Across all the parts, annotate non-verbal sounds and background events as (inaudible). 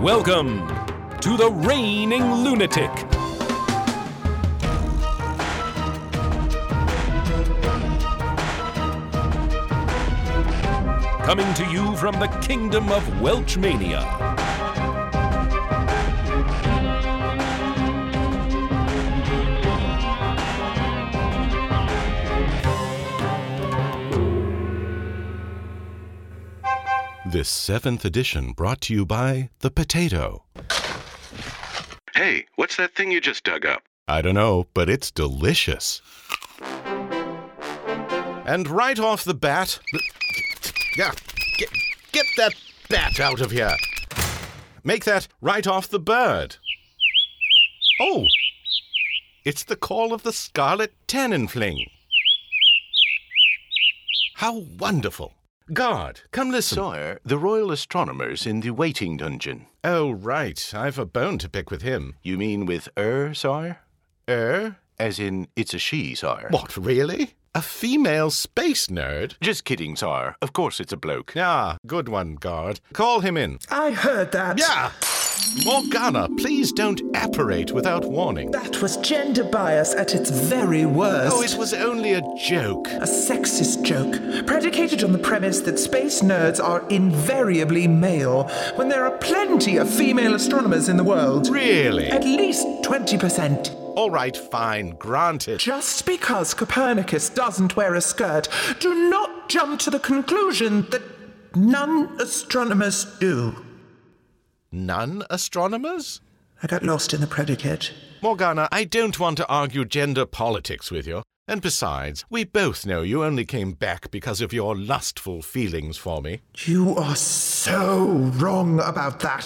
Welcome to the Reigning Lunatic. Coming to you from the kingdom of Welchmania. This seventh edition brought to you by The Potato. Hey, what's that thing you just dug up? I don't know, but it's delicious. And right off the bat. Yeah, get, get that bat out of here. Make that right off the bird. Oh, it's the call of the scarlet tannenfling. How wonderful. Guard, come listen. Sawyer, the royal astronomer's in the waiting dungeon. Oh, right. I've a bone to pick with him. You mean with er, Sawyer? Er? As in, it's a she, Sawyer. What, really? A female space nerd? Just kidding, Sawyer. Of course it's a bloke. Ah, good one, guard. Call him in. I heard that. Yeah! Morgana, please don't apparate without warning. That was gender bias at its very worst. Oh, it was only a joke. a sexist joke, predicated on the premise that space nerds are invariably male, when there are plenty of female astronomers in the world. Really? At least 20%. All right, fine, granted. Just because Copernicus doesn't wear a skirt, do not jump to the conclusion that none astronomers do. None astronomers? I got lost in the predicate. Morgana, I don't want to argue gender politics with you. And besides, we both know you only came back because of your lustful feelings for me. You are so wrong about that.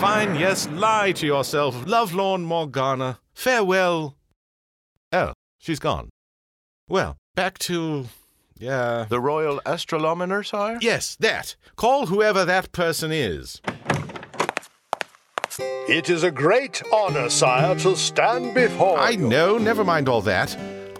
Fine, yes, lie to yourself, lovelorn Morgana. Farewell. Oh, she's gone. Well, back to. Yeah. The royal astrolomener, Sawyer? Yes, that. Call whoever that person is. Oh, It is a great honor, sire, to stand before I you. know, never mind all that.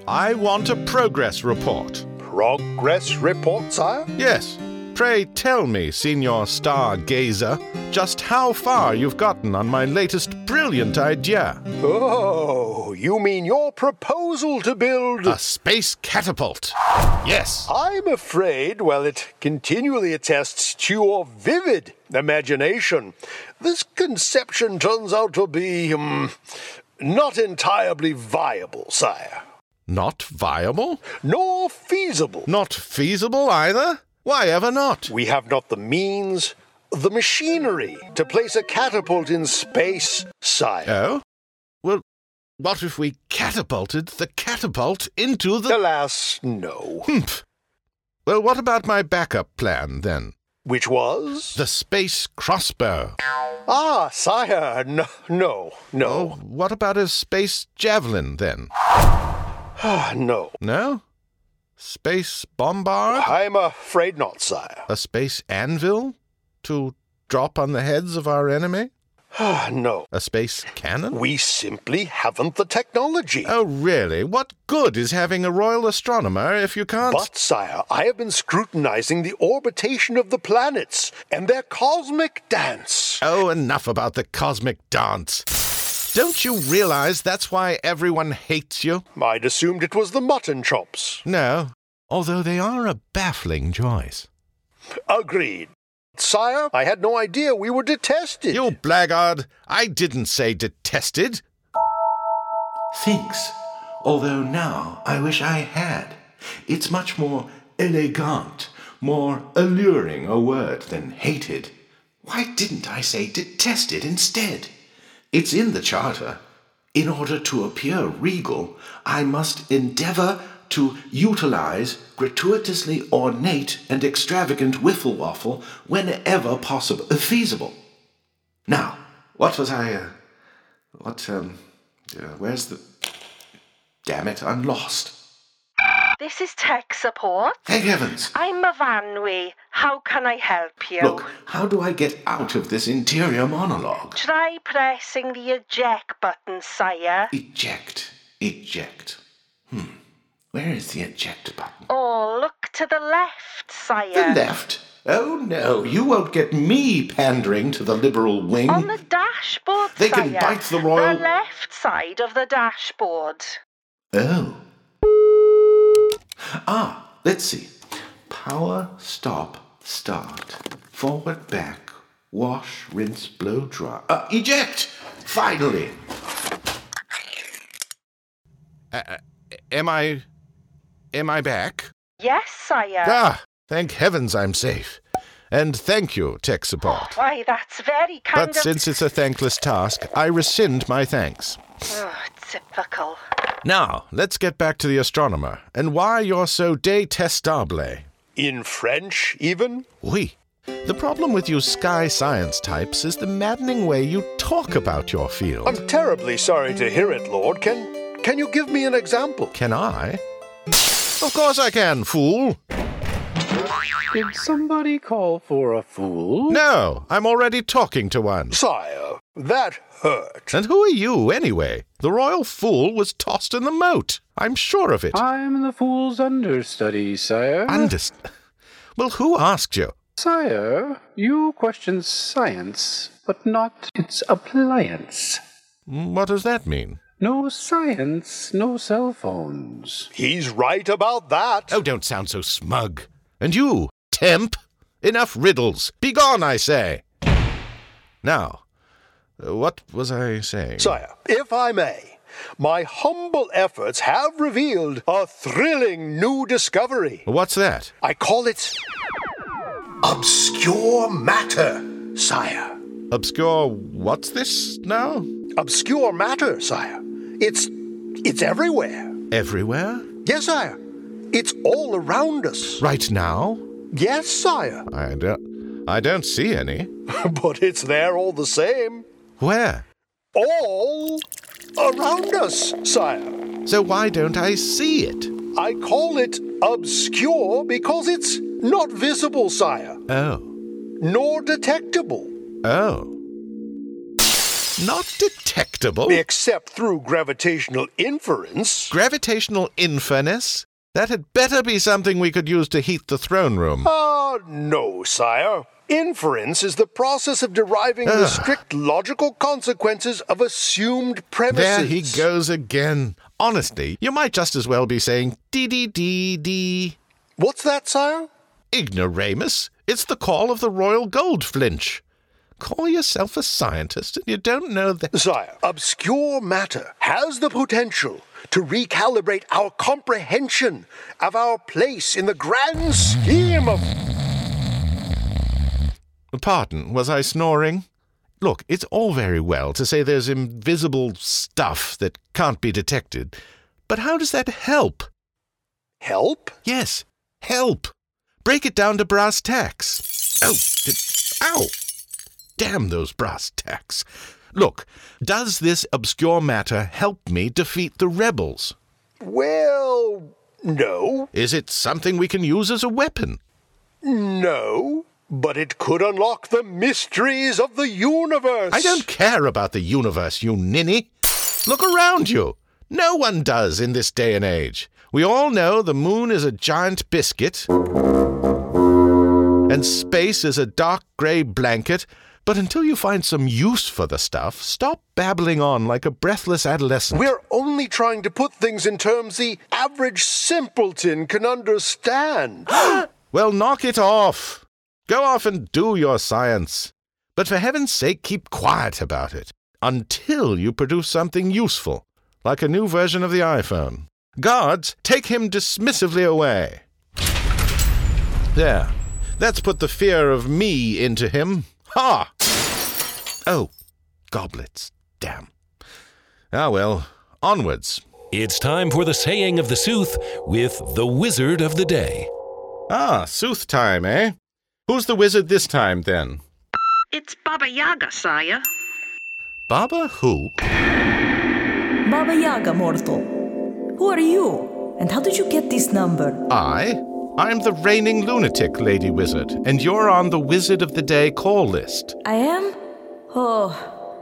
I want a progress report. Progress report, sire? Yes. Pray tell me, Signor Stargazer, just how far you've gotten on my latest brilliant idea Oh, you mean your proposal to build. a space catapult. Yes. I'm afraid, well, it continually attests to your vivid imagination. This conception turns out to be. Um, not entirely viable, sire. Not viable? Nor feasible. Not feasible either? Why ever not? We have not the means, the machinery to place a catapult in space, sire. Oh? Well, what if we catapulted the catapult into the. Alas, no. Humph! Well, what about my backup plan then? Which was? The space crossbow. Ah, sire, no, no, Oh, no, what about a space javelin then? Ah, no. No? Space bombard? I'm afraid not, sire. A space anvil? To drop on the heads of our enemy? Ah, no. A space cannon? We simply haven't the technology. Oh, really? What good is having a royal astronomer if you can't. But, sire, I have been scrutinizing the orbitation of the planets and their cosmic dance. Oh, enough about the cosmic dance. Don't you realize that's why everyone hates you? I'd assumed it was the mutton chops. No, although they are a baffling choice. Agreed. Sire, I had no idea we were detested. You blackguard! I didn't say detested. thinks, although now I wish I had. It's much more elegant, more alluring a word than hated. Why didn't I say detested instead? It's in the charter. In order to appear regal, I must endeavor to utilize gratuitously ornate and extravagant wiffle waffle whenever possible, feasible. Now, what was I? Uh, what? Um, uh, where's the? Damn it! I'm lost. This is tech support. Thank heavens! I'm Mavanwi. How can I help you? Look, how do I get out of this interior monologue? Try pressing the eject button, sire. Eject. Eject. Hmm. Where is the eject button? Or look to the left, sire. The left. Oh no, you won't get me pandering to the liberal wing. On the dashboard, They can sire. bite the royal- The left side of the dashboard. Oh. Ah, let's see. Power, stop, start. Forward, back. Wash, rinse, blow, dry. Uh, eject! Finally! Uh, Am I. Am I back? Yes, sire. Ah, thank heavens I'm safe. And thank you, tech support. Why, that's very kind But of... since it's a thankless task, I rescind my thanks. Oh, typical. Now, let's get back to the astronomer and why you're so detestable. In French, even? Oui. The problem with you sky science types is the maddening way you talk about your field. I'm terribly sorry to hear it, Lord. Can can you give me an example? Can I? Of course I can, fool! Did somebody call for a fool? No, I'm already talking to one. Sire, that hurt. And who are you, anyway? The royal fool was tossed in the moat. I'm sure of it. I'm the fool's understudy, sire. Underst. Well, who asked you? sire, you question science, but not its appliance. What does that mean? No science, no cell phones. He's right about that. Oh, don't sound so smug. And you, temp? Enough riddles. Begone, I say. Now, uh, what was I saying? Sire, if I may, my humble efforts have revealed a thrilling new discovery. What's that? I call it obscure matter, sire. Obscure. What's this now? Obscure matter, sire. It's it's everywhere. Everywhere? Yes, sire. It's all around us. Right now? Yes, sire. (laughs) I don't. I don't see any. but it's there all the same. Where? All around us, sire. So why don't I see it? I call it obscure because it's not visible, sire, Oh. nor detectable, Oh. Not detectable? except through gravitational inference. Gravitational infernus? That had better be something we could use to heat the throne room. Ah, no, sire. Inference is the process of deriving the Ugh. strict logical consequences of assumed premises. There he goes again. Honestly, you might just as well be saying dee dee dee dee. What's that, sire? Ignoramus, it's the call of the royal goldfinch. Call yourself a scientist and you don't know that. Sire, obscure matter has the potential to recalibrate our comprehension of our place in the grand scheme of. Pardon, was I snoring? Look, it's all very well to say there's invisible stuff that can't be detected, but how does that help? Help? Yes, help. Break it down to brass tacks. Oh, d- ow. Damn those brass tacks. Look, does this obscure matter help me defeat the rebels? Well, no, Is it something we can use as a weapon? no. But it could unlock the mysteries of the universe. I don't care about the universe, you ninny. Look around you. No one does in this day and age. We all know the moon is a giant biscuit, and space is a dark grey blanket. But until you find some use for the stuff, stop babbling on like a breathless adolescent. We're only trying to put things in terms the average simpleton can understand. well, knock it off. Go off and do your science. But for heaven's sake, keep quiet about it until you produce something useful, like a new version of the iPhone. Guards, take him dismissively away. There. That's put the fear of me into him. Ha! Oh, goblets. Damn. Ah, well. Onwards. It's time for the saying of the sooth with the wizard of the day. Ah, sooth time, eh? Who's the wizard this time, then? It's Baba Yaga, sire. Baba who? Baba Yaga, mortal. Who are you? And how did you get this number? I? I'm the reigning lunatic, Lady Wizard, and you're on the Wizard of the Day call list. I am? Oh,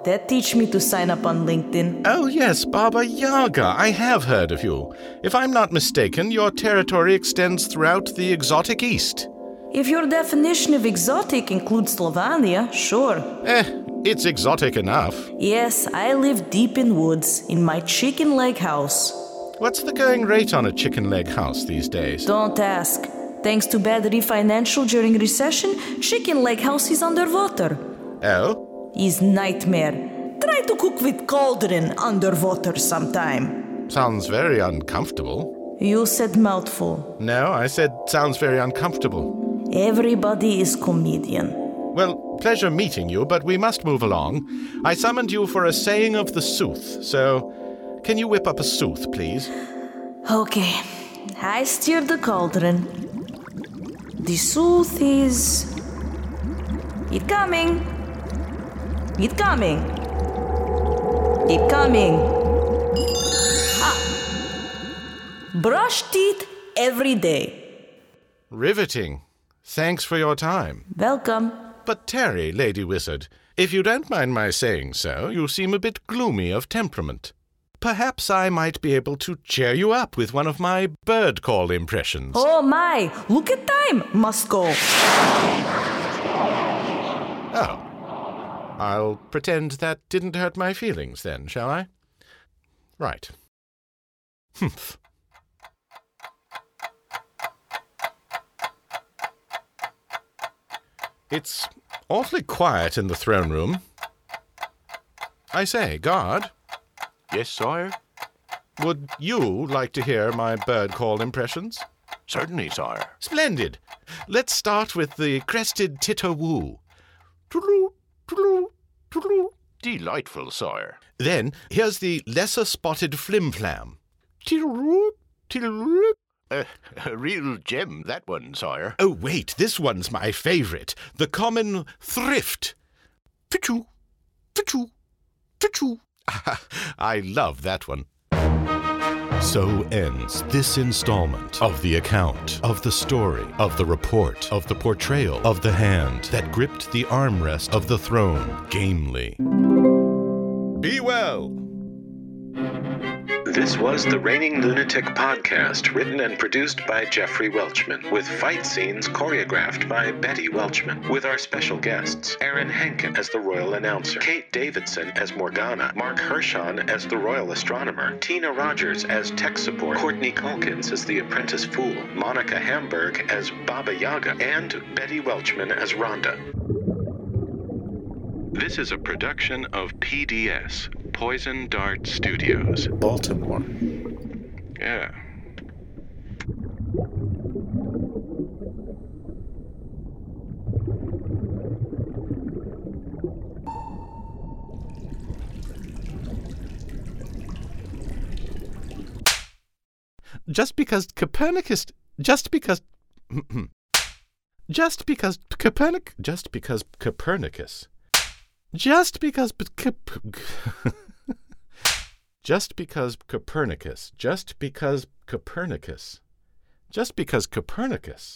that teach me to sign up on LinkedIn. Oh, yes, Baba Yaga, I have heard of you. If I'm not mistaken, your territory extends throughout the exotic East. If your definition of exotic includes Slovenia, sure. Eh, it's exotic enough. Yes, I live deep in woods, in my chicken leg house. What's the going rate on a chicken leg house these days? Don't ask. Thanks to bad refinancial during recession, chicken leg house is underwater. Oh? Is nightmare. Try to cook with cauldron underwater sometime. Sounds very uncomfortable. You said mouthful. No, I said sounds very uncomfortable. Everybody is comedian. Well, pleasure meeting you, but we must move along. I summoned you for a saying of the sooth, so can you whip up a sooth, please? Okay, I stir the cauldron. The sooth is. It coming. It coming. It coming. Ah. Brush teeth every day. Riveting. Thanks for your time. Welcome. But Terry, Lady Wizard, if you don't mind my saying so, you seem a bit gloomy of temperament. Perhaps I might be able to cheer you up with one of my bird call impressions. Oh my, look at time. Must go. Oh. I'll pretend that didn't hurt my feelings then, shall I? Right. Humph. It's awfully quiet in the throne room. I say, guard, Yes, sire? would you like to hear my bird call impressions? Certainly, sire. Splendid. Let's start with the crested titterwoo. Toodaloo, toodaloo, toodaloo. Delightful, sire. Then here's the lesser spotted flimflam. Tiddle-roop, tiddle-roop. Uh, a real gem, that one, sire. Oh wait, this one's my favorite. The common thrift. Pichu, pichu, pichu. (laughs) I love that one. So ends this installment of the account, of the story, of the report, of the portrayal, of the hand that gripped the armrest of the throne gamely. Be well! This was the Reigning Lunatic podcast, written and produced by Jeffrey Welchman, with fight scenes choreographed by Betty Welchman, with our special guests Aaron Henkin as the royal announcer, Kate Davidson as Morgana, Mark Hershon as the royal astronomer, Tina Rogers as tech support, Courtney Calkins as the apprentice fool, Monica Hamburg as Baba Yaga, and Betty Welchman as Rhonda. This is a production of PDS, Poison Dart Studios. Baltimore. Yeah. just because Copernicus, just because, just because Copernic, just because Copernicus, just because but Cap- (laughs) just because Copernicus, just because Copernicus, just because Copernicus.